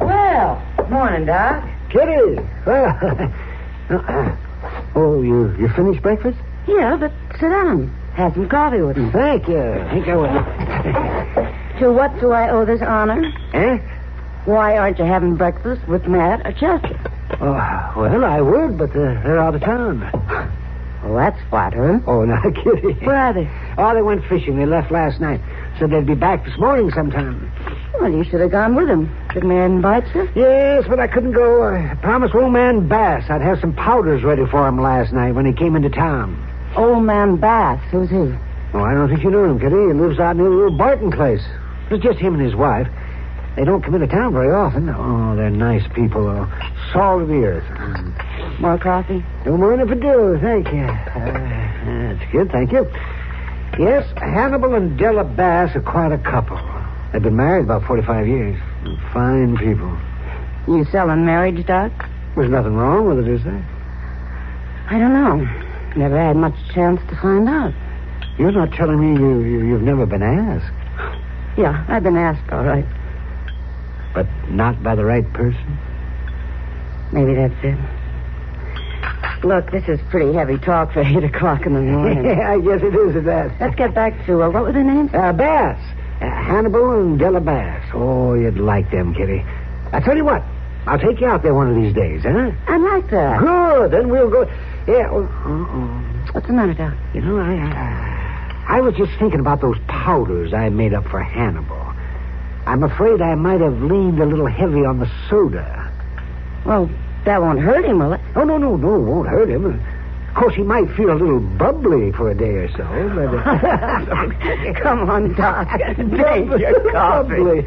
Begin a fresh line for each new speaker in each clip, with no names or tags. Well, morning, Doc.
Kitty! Well, oh, you you finished breakfast?
Yeah, but sit down. Have some coffee with me.
Thank you. Thank you.
To what do I owe this honor?
eh?
Why aren't you having breakfast with Matt or Chester?
Oh, well, I would, but they're, they're out of town.
Well, that's flattering.
Oh, now, Kitty.
Where are they?
Oh, they went fishing. They left last night. Said they'd be back this morning sometime.
Well, you should have gone with him. Didn't they invite you?
Yes, but I couldn't go. I promised old man Bass I'd have some powders ready for him last night when he came into town.
Old man Bass, who's he?
Oh, I don't think you know him, Kitty. He lives out near the little Barton place. It was just him and his wife. They don't come into town very often. Oh, they're nice people, though. Salt of the earth.
Mm. More coffee?
Don't mind if I do, thank you. Uh, that's good, thank you. Yes, Hannibal and Della Bass are quite a couple. They've been married about 45 years. Fine people.
You selling marriage, Doc?
There's nothing wrong with it, is there?
I don't know. Never had much chance to find out.
You're not telling me you, you, you've never been asked,
Yeah, I've been asked, all right.
but not by the right person?
Maybe that's it. Look, this is pretty heavy talk for 8 o'clock in the morning.
I guess it is at that.
Let's get back to, uh, what was her name?
Uh, Bass. Uh, Hannibal and Della Bass. Oh, you'd like them, Kitty. I tell you what, I'll take you out there one of these days, huh?
I like that.
Good, then we'll go. Yeah, oh, uh-oh.
What's the matter, Doc?
You know, I, I I was just thinking about those powders I made up for Hannibal. I'm afraid I might have leaned a little heavy on the soda.
Well, that won't hurt him, will it?
Oh no, no, no, it won't hurt him. Of course, he might feel a little bubbly for a day or so, but uh,
Come on, Doc.
Bubbly. Bubbly.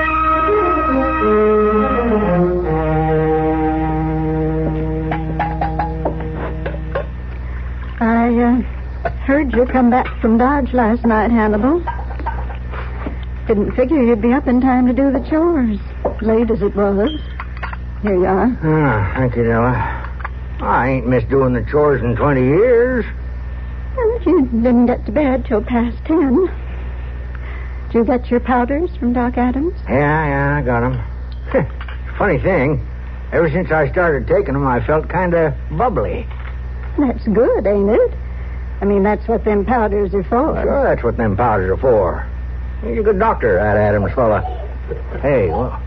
I uh, heard you come back from Dodge last night, Hannibal. Didn't figure you'd be up in time to do the chores, late as it was. Here you are.
Ah, thank you, Della. I ain't missed doing the chores in twenty years.
Well, you didn't get to bed till past ten. Did you get your powders from Doc Adams?
Yeah, yeah, I got 'em. Funny thing, ever since I started taking 'em, I felt kind of bubbly.
That's good, ain't it? I mean, that's what them powders are for.
Sure, that's what them powders are for. He's a good doctor, that Adams fella. Hey, well,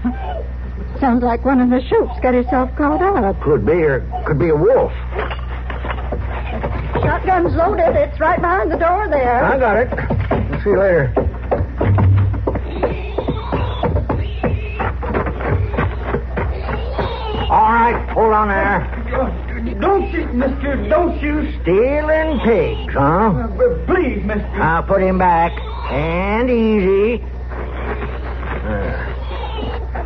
Sounds like one of the shoops got herself caught up.
could be or could be a wolf.
Shotgun's loaded. It's right behind the door there.
I got it. See you later. All right, hold on there.
Don't shoot, mister. Don't shoot.
Stealing pigs, huh?
Uh, Please, mister.
I'll put him back. And easy. Uh,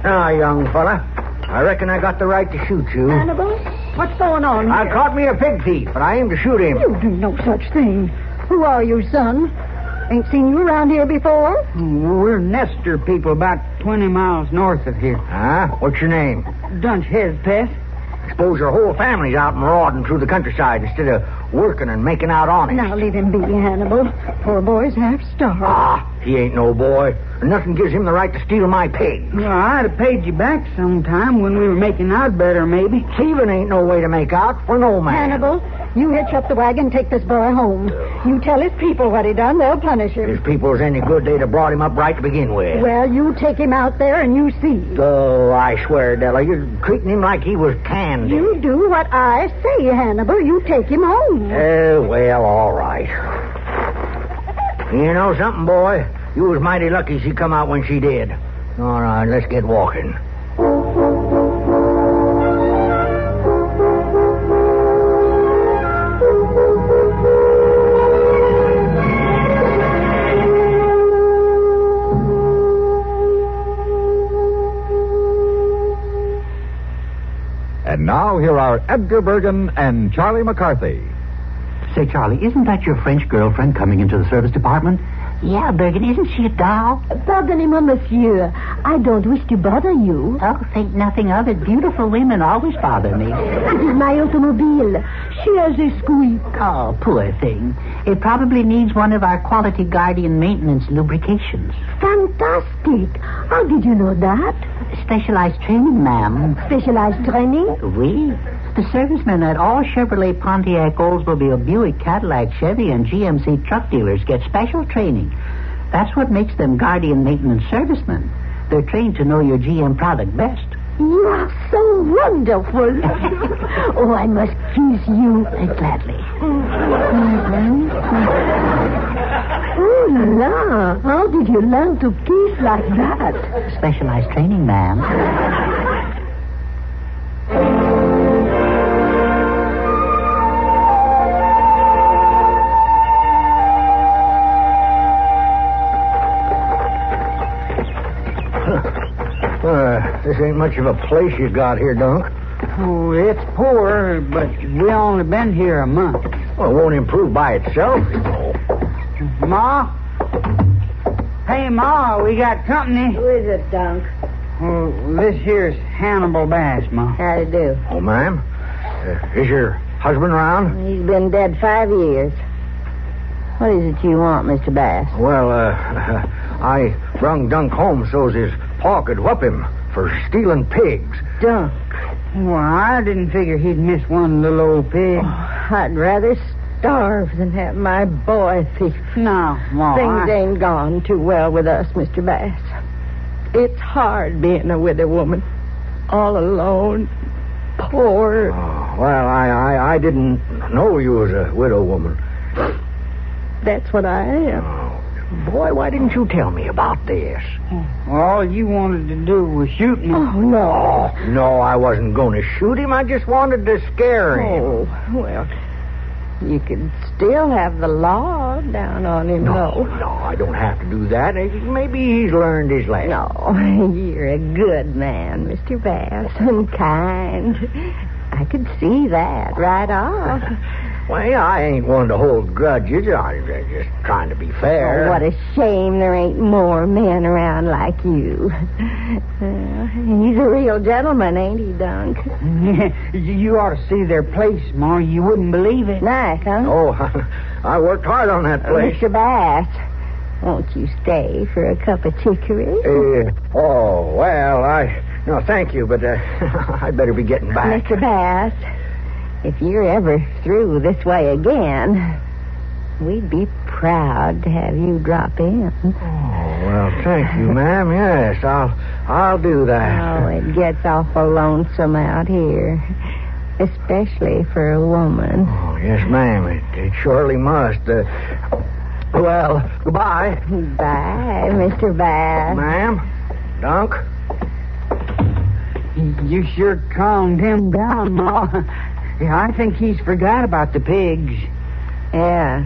Now, young fella, I reckon I got the right to shoot you.
Hannibal, what's going on
I
here?
caught me a pig thief, but I aim to shoot him.
You do no such thing. Who are you, son? Ain't seen you around here before.
We're Nestor people about 20 miles north of here.
Huh? What's your name?
that dunce-headed pest.
Suppose your whole family's out marauding through the countryside instead of working and making out on it.
Now leave him be, Hannibal. Poor boy's half starved.
Ah, he ain't no boy. Nothing gives him the right to steal my pig.
Well, I'd have paid you back sometime when we were making out better, maybe.
Thieving ain't no way to make out for no man.
Hannibal, you hitch up the wagon, take this boy home. You tell his people what he done, they'll punish him.
If people was any good, they'd have brought him up right to begin with.
Well, you take him out there and you see.
Oh, I swear, Della, you're treating him like he was candy.
You do what I say, Hannibal. You take him home.
Oh, well, all right. You know something, boy? You was mighty lucky she come out when she did. All right, let's get walking.
And now here are Edgar Bergen and Charlie McCarthy.
Say, Charlie, isn't that your French girlfriend coming into the service department? Yeah, Bergen, isn't she a doll?
Pardonnez-moi, monsieur. I don't wish to bother you.
Oh, think nothing of it. Beautiful women always bother me.
It is my automobile. She has a squeak.
Oh, poor thing. It probably needs one of our quality guardian maintenance lubrications.
Fantastic. How did you know that?
Specialized training, ma'am.
Specialized training?
We? The servicemen at all Chevrolet, Pontiac, Oldsmobile, Buick, Cadillac, Chevy, and GMC truck dealers get special training. That's what makes them guardian maintenance servicemen. They're trained to know your GM product best.
You are so wonderful. oh, I must kiss you.
Gladly. Mm-hmm.
Oh, la la. How did you learn to kiss like that?
Specialized training, ma'am.
Uh, this ain't much of a place you got here, Dunk.
Oh, it's poor, but we only been here a month.
Well, it won't improve by itself, you know.
Ma? Hey, Ma, we got company.
Who is it, Dunk?
Well, this here's Hannibal Bass, Ma.
How to do?
Oh, ma'am? Uh, is your husband around?
He's been dead five years. What is it you want, Mr. Bass?
Well, uh, I brung Dunk home so's his paw could whup him for stealing pigs.
Dunk.
Well, I didn't figure he'd miss one little old pig.
Oh, I'd rather starve than have my boy thief.
No, Ma.
Things
I-
ain't gone too well with us, Mr. Bass. It's hard being a widow woman. All alone. Poor.
Oh, well, I, I, I didn't know you was a widow woman.
That's what I am.
Oh, boy, why didn't you tell me about this?
All you wanted to do was shoot me.
Oh, no.
Oh, no, I wasn't going to shoot him. I just wanted to scare him.
Oh, well, you could still have the law down on him,
no,
though.
no, I don't have to do that. Maybe he's learned his lesson.
No, you're a good man, Mr. Bass, and kind. I could see that right off.
Well, yeah, I ain't one to hold grudges. I'm just trying to be fair.
Oh, what a shame there ain't more men around like you. Uh, he's a real gentleman, ain't he, Dunk?
you ought to see their place, Ma. You wouldn't believe it.
Nice, huh?
Oh, I worked hard on that place.
Mr. Bass, won't you stay for a cup of chicory?
Uh, oh, well, I. No, thank you, but uh, I'd better be getting back.
Mr. Bass, if you're ever through this way again, we'd be proud to have you drop in.
Oh, well, thank you, ma'am. Yes, I'll I'll do
Oh,
that.
it gets awful lonesome out here, especially for a woman.
Oh, yes, ma'am. It, it surely must. Uh, well, goodbye,
Bye, Mr. Bass.
ma'am. Dunk.
You sure calmed him down, Ma. Yeah, I think he's forgot about the pigs.
Yeah.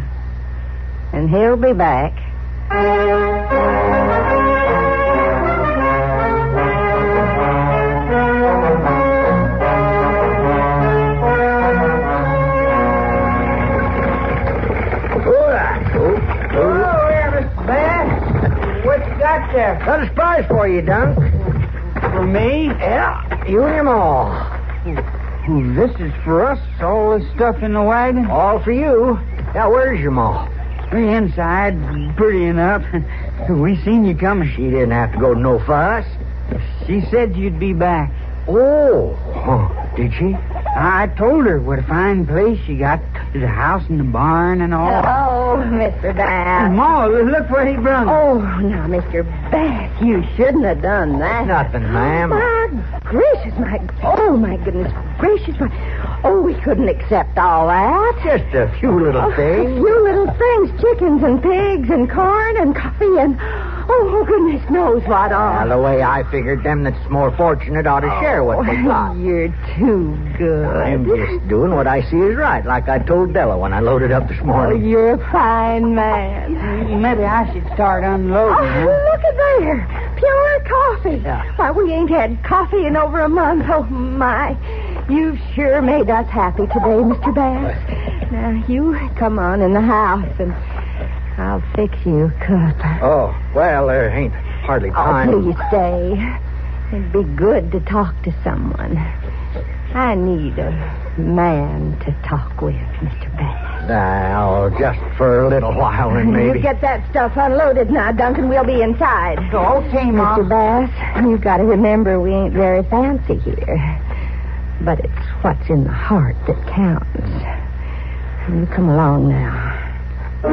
And he'll be back.
Got
there, Mr. Bass. What you got there?
a surprise for you, Dunk.
For me?
Yeah. Now, you and all. This is for us,
All this stuff in the wagon?
all for you. Now, where's your ma?
The inside, pretty enough. we seen you coming.
She didn't have to go to no fuss.
She said you'd be back.
Oh, huh, did she?
I told her what a fine place you got. The house and the barn and all.
Oh, Mr. Bass.
Ma, look where he brung us.
Oh, now, Mr. Bass, you shouldn't have done that. Oh,
Nothing, ma'am.
My gracious, my oh my goodness gracious, my oh we couldn't accept all that.
Just a few little
A
things.
few little things, chickens and pigs and corn and coffee and oh goodness knows what
Now,
all.
the way I figured them that's more fortunate ought to
Oh,
share what they got.
You're too
I'm
good.
just doing what I see is right, like I told Della when I loaded up this
Oh,
morning.
you're a fine man.
Maybe I should start
Oh,
unloading. huh?
look at there. Pure coffee. Why, we ain't had coffee in over a month. Oh, my. You've sure made us happy today, Mr. Bass. Now, you come on in the house, and I'll fix you a cup.
Oh, well, there ain't hardly time.
Oh, please stay. It'd be good to talk to someone. I need a man to talk with, Mr. Bass.
Now, just for a little while, then maybe.
You get that stuff unloaded now, Duncan. We'll be inside.
Okay, Ma.
Mr. Bass, you've got to remember we ain't very fancy here. But it's what's in the heart that counts. You come along now.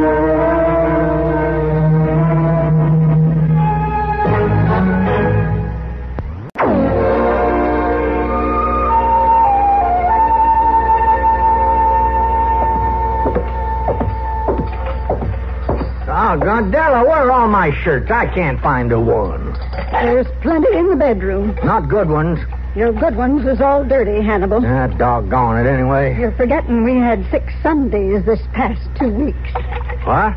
Oh, Gondella, where are all my shirts? I can't find a one.
There's plenty in the bedroom.
Not good ones.
Your good ones is all dirty, Hannibal.
Ah, doggone it anyway.
You're forgetting we had six Sundays this past two weeks.
What?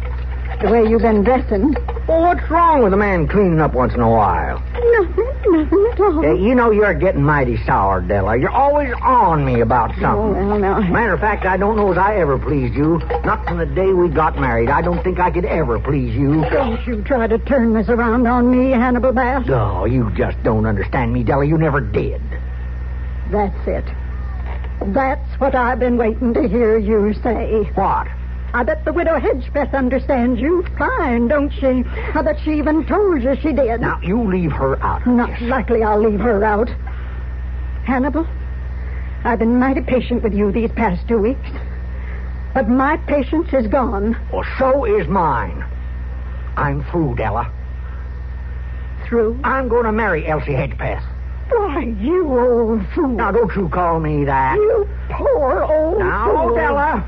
The way you've been dressing.
Well, what's wrong with a man cleaning up once in a while?
Nothing, nothing at all.
Uh, you know you're getting mighty sour, Della. You're always on me about
Oh,
something.
well, now.
Matter of fact, I don't know as I ever pleased you. Not from the day we got married. I don't think I could ever please you.
Don't you try to turn this around on me, Hannibal Bass.
Oh, you just don't understand me, Della. You never did.
That's it. That's what I've been waiting to hear you say.
What?
I bet the widow Hedgebeth understands you fine, don't she? I bet she even told you she did.
Now, you leave her out of
Not
this.
likely I'll leave her out. Hannibal, I've been mighty patient with you these past two weeks. But my patience is gone
Well, so is mine. I'm through, Della.
through.
I'm going to marry Elsie Hedgepath.
Why, you old fool.
Now, don't you call me that.
you poor old
now,
fool.
Della.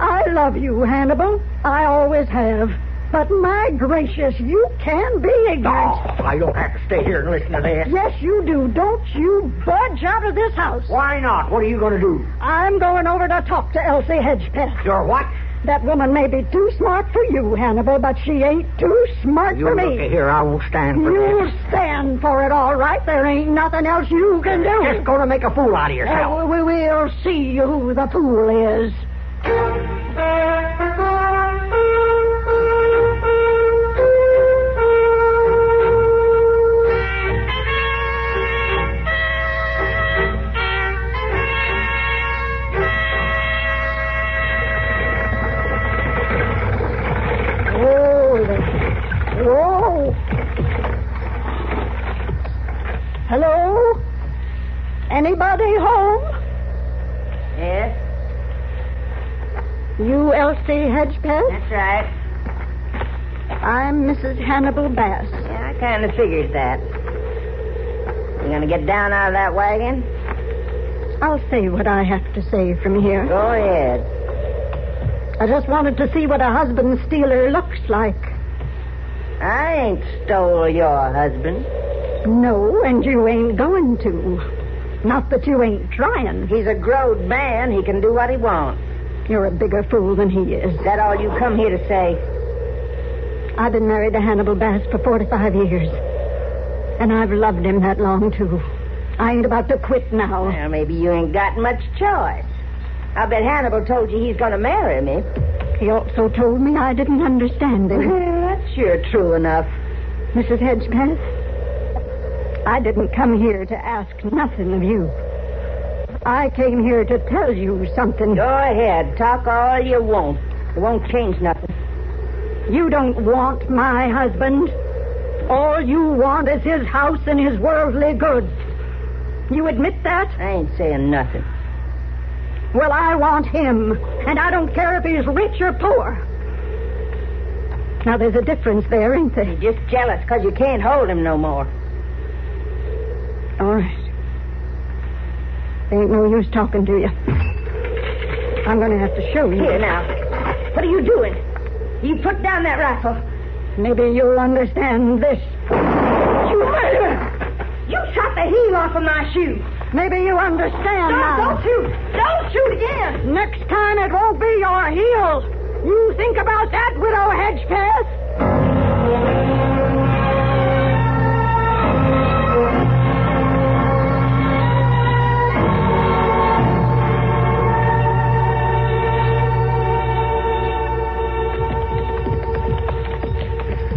I love you, Hannibal. I always have. But my gracious, you can be
No,
ignorant.
Oh, I don't have to stay here and listen to this.
Yes, you do. Don't you budge out of this house.
Why not? What are you going to do?
I'm going over to talk to Elsie Hedgepeth.
You're what?
That woman may be too smart for you, Hannibal, but she ain't too smart
You
for
look
me.
here. I won't stand for
You'll
this.
stand for it, all right. There ain't nothing else you can do.
Just going to make a fool out of yourself.
Uh, we will see who the fool is. Holy. Whoa. Hello? Anybody home?
Yes,
You, Elsie Hedgepeth?
that's right.
I'm Mrs. Hannibal Bass.
Yeah, I kind of figured that. You gonna get down out of that wagon?
I'll say what I have to say from here.
Go ahead.
I just wanted to see what a husband stealer looks like.
I ain't stole your husband.
No, and you ain't going to. Not that you ain't trying.
He's a growed man. He can do what he wants.
You're a bigger fool than he is.
Is that all you come here to say?
I've been married to Hannibal Bass for 45 years. And I've loved him that long, too. I ain't about to quit now.
Well, maybe you ain't got much choice. I bet Hannibal told you he's going to marry me.
He also told me I didn't understand him.
Well, that's sure true enough.
Mrs. Hedgepath,
I didn't come here to ask nothing of you. I came here to tell you something.
Go ahead. Talk all you want. It won't change nothing.
You don't want my husband. All you want is his house and his worldly goods. You admit that?
I ain't saying nothing.
Well, I want him, and I don't care if he's rich or poor. Now, there's a difference there, ain't there?
You're just jealous 'cause you can't hold him no more.
All right. There ain't no use talking to you. I'm going to have to show you.
Here now. What are you doing? You put down that rifle.
Maybe you'll understand this.
You murderer! You shot the heel off of my shoe.
Maybe you understand
Don't,
now.
don't shoot. Don't shoot again.
Next time it won't be your heels. You think about that, Widow Hedgepath.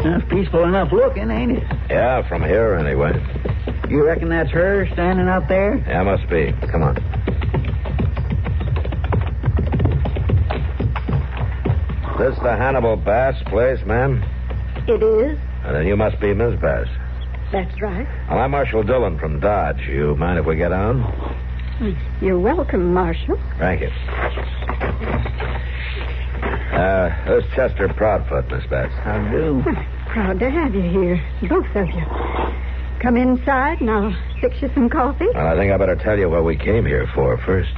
That's peaceful enough looking, ain't it?
Yeah, from here anyway.
You reckon that's her standing out there?
Yeah, must be. Come on. This the Hannibal Bass place, ma'am?
It is.
And then you must be Miss Bass.
That's right.
Well, I'm Marshal Dillon from Dodge. You mind if we get on?
You're welcome, Marshal.
Thank you. Uh, there's Chester Proudfoot, Miss Bass.
I do.
Proud to have you here, both of you. Come inside and I'll fix you some coffee.
Well, I think I better tell you what we came here for first.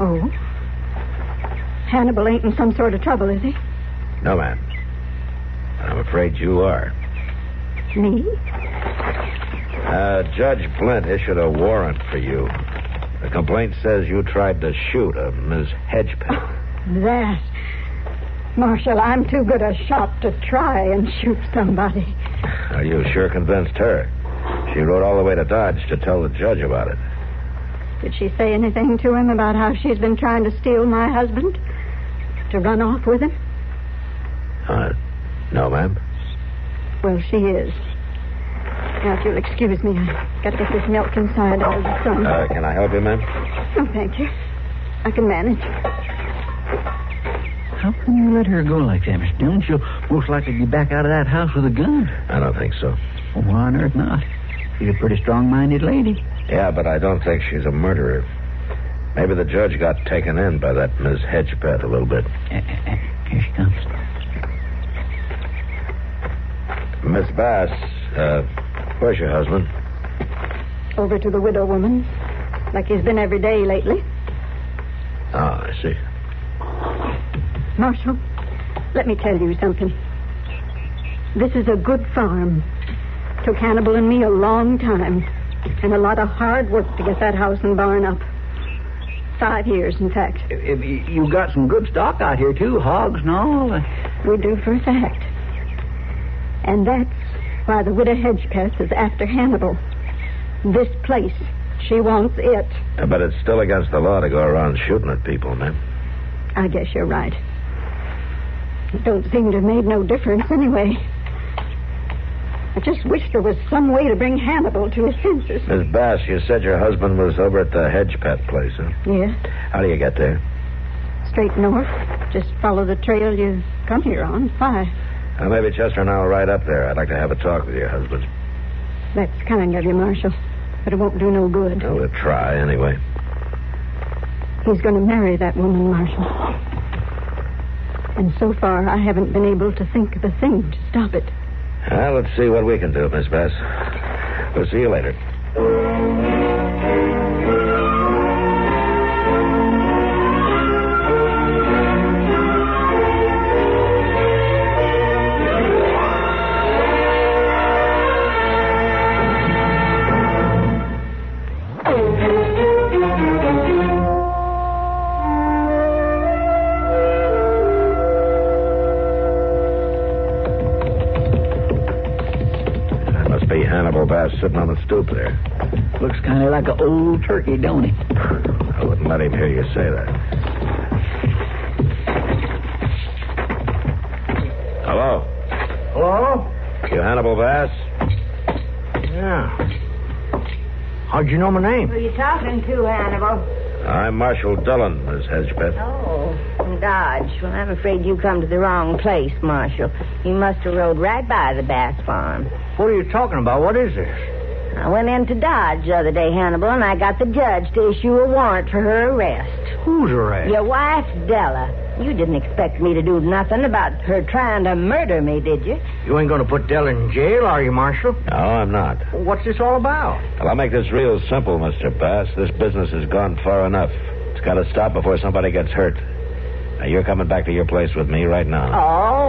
Oh. Hannibal ain't in some sort of trouble, is he?
No, ma'am. And I'm afraid you are.
Me?
Uh, Judge Blint issued a warrant for you. The complaint says you tried to shoot a Miss Hedgepen.
That. Marshal, I'm too good a shot to try and shoot somebody.
Well, you sure convinced her. She rode all the way to Dodge to tell the judge about it.
Did she say anything to him about how she's been trying to steal my husband? To run off with him?
Uh, no, ma'am.
Well, she is. Now, if you'll excuse me, I've got to get this milk inside out of the sun.
Uh, can I help you, ma'am?
Oh, thank you. I can manage.
How can you let her go like that, Mr. Dillon? She'll most likely be back out of that house with a gun.
I don't think so.
Well, why on earth not? She's a pretty strong-minded lady.
Yeah, but I don't think she's a murderer. Maybe the judge got taken in by that Miss Hedgepeth a little bit.
Uh, uh, uh, Here she comes.
Miss Bass, uh, where's your husband?
Over to the widow woman's, like he's been every day lately.
Oh, I see.
Marshal, let me tell you something. This is a good farm. Took Hannibal and me a long time, and a lot of hard work to get that house and barn up. Five years, in fact.
If- if You got some good stock out here, too. Hogs and all.
We do for a fact. And that's why the widow Hedgepeth is after Hannibal. This place. She wants it.
Uh, But it's still against the law to go around shooting at people, ma'am.
I guess you're right. It don't seem to have made no difference anyway. I just wish there was some way to bring Hannibal to his senses.
Miss Bass, you said your husband was over at the Hedgepeth place, huh?
Yeah,
How do you get there?
straight north. Just follow the trail you come here on. Why?
Uh, maybe Chester and I'll ride up there. I'd like to have a talk with your husband.
That's kind of you, Marshal. But it won't do no good.
Well, we'll try anyway.
He's going to marry that woman, Marshal. And so far, I haven't been able to think of a thing to stop it.
Well, let's see what we can do, Miss Bass. We'll see you later. That must be Hannibal Bass sitting on the stoop there.
Looks kind of like an old turkey, don't he?
I wouldn't let him hear you say that. Hello.
Hello?
You Hannibal Bass?
Yeah.
How'd you know my
Who
name?
are you talking to, Hannibal?
I'm Marshal Dillon, Miss Hedgebeth.
Oh, from Dodge. Well, I'm afraid you come to the wrong place, Marshal. You must have rode right by the Bass Farm.
What are you talking about? What is this?
I went into Dodge the other day, Hannibal, and I got the judge to issue a warrant for her arrest.
Who's arrest?
Your wife, Della. You didn't expect me to do nothing about her trying to murder me, did you?
You ain't going to put Dell in jail, are you, Marshal?
No, I'm not.
What's this all about?
Well, I'll make this real simple, Mr. Bass. This business has gone far enough. It's got to stop before somebody gets hurt. Now, you're coming back to your place with me right now.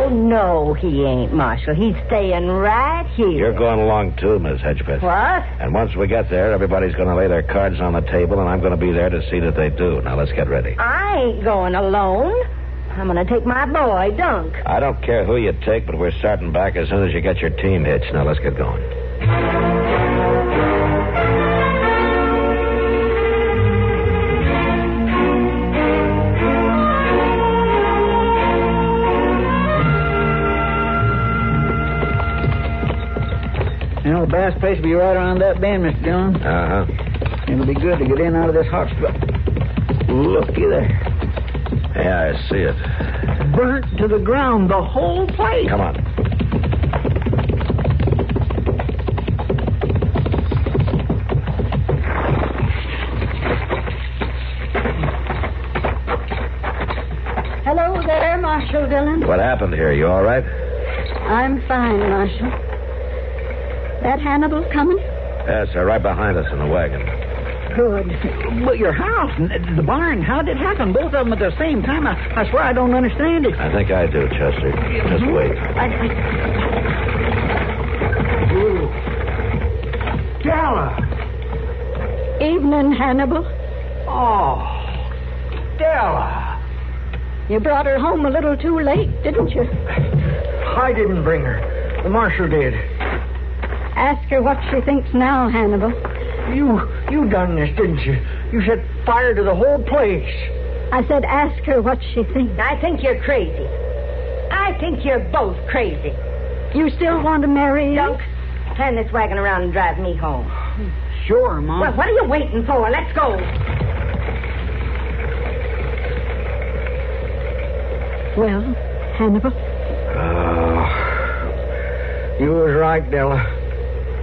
Oh, no, he ain't, Marshal. He's staying right here.
You're going along, too, Miss Hedgebeth.
What?
And once we get there, everybody's going to lay their cards on the table, and I'm going to be there to see that they do. Now, let's get ready.
I ain't going alone. I'm going to take my boy, Dunk.
I don't care who you take, but we're starting back as soon as you get your team hitched. Now, let's get going.
You know, the best place will be right around that bend, Mr. Dillon.
Uh huh.
It'll be good to get in out of this hot spot. Looky there.
Yeah, I see it.
Burnt to the ground, the whole place.
Come on.
Hello there, Marshal Dillon.
What happened here? You all right?
I'm fine, Marshal. That Hannibal coming?
Yes, sir. Right behind us in the wagon.
Good.
But your house and the barn, how'd it happen? Both of them at the same time? I, I swear I don't understand it.
I think I do, Chester. Just wait.
Mm-hmm.
Della!
Evening, Hannibal.
Oh, Della!
You brought her home a little too late, didn't you?
I didn't bring her. The marshal did.
Ask her what she thinks now, Hannibal.
You you done this, didn't you? You set fire to the whole place.
I said, ask her what she thinks.
I think you're crazy. I think you're both crazy.
You still want to marry?
Dunk, turn this wagon around and drive me home.
Sure, Mom.
Well, what are you waiting for? Let's go.
Well, Hannibal,
Oh, you was right, Della.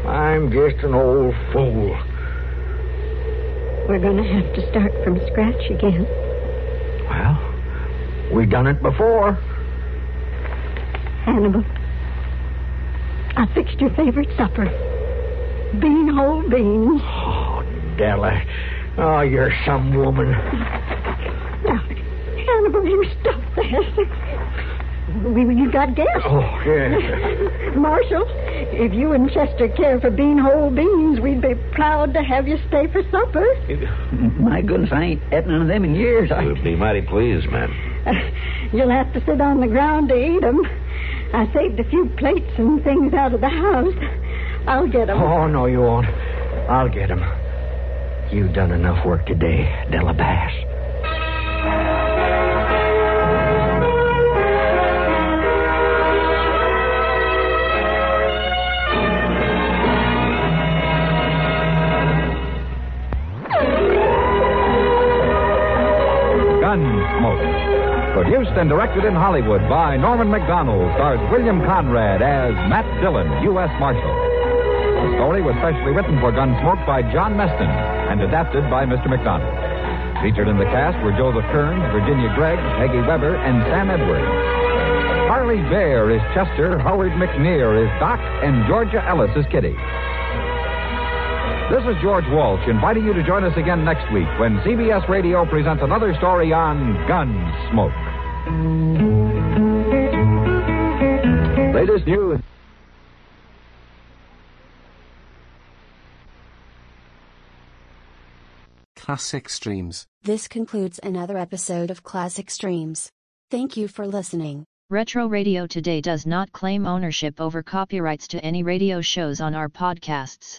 I'm just an old fool.
we're going to have to start from scratch again.
Well, we done it before.
Hannibal, I fixed your favorite supper. Bean whole beans.
Oh, Della. Oh, you're some woman.
Now, Hannibal, you stop there. We, you got guests.
Oh, yes.
Marshal, if you and Chester care for bean whole beans, we'd be proud to have you stay for supper.
My goodness, I ain't had none of them in years. I...
You'd be mighty pleased, ma'am.
Uh, You'll have to sit on the ground to eat 'em. I saved a few plates and things out of the house. I'll get 'em.
Oh, no, you won't. I'll get him. you done enough work today, Della Bass.
Gunsmoke. Produced and directed in Hollywood by Norman McDonald, stars William Conrad as Matt Dillon, U.S. Marshal. The story was specially written for Gunsmoke by John Meston and adapted by Mr. McDonald. Featured in the cast were Joseph Kearns, Virginia Gregg, Peggy Weber, and Sam Edwards. Harley Bear is Chester, Howard McNear is Doc, and Georgia Ellis is Kitty. This is George Walsh inviting you to join us again next week when CBS Radio presents another story on Gunsmoke. Latest news.
Classic Streams.
This concludes another episode of Classic Streams. Thank you for listening.
Retro Radio Today does not claim ownership over copyrights to any radio shows on our podcasts.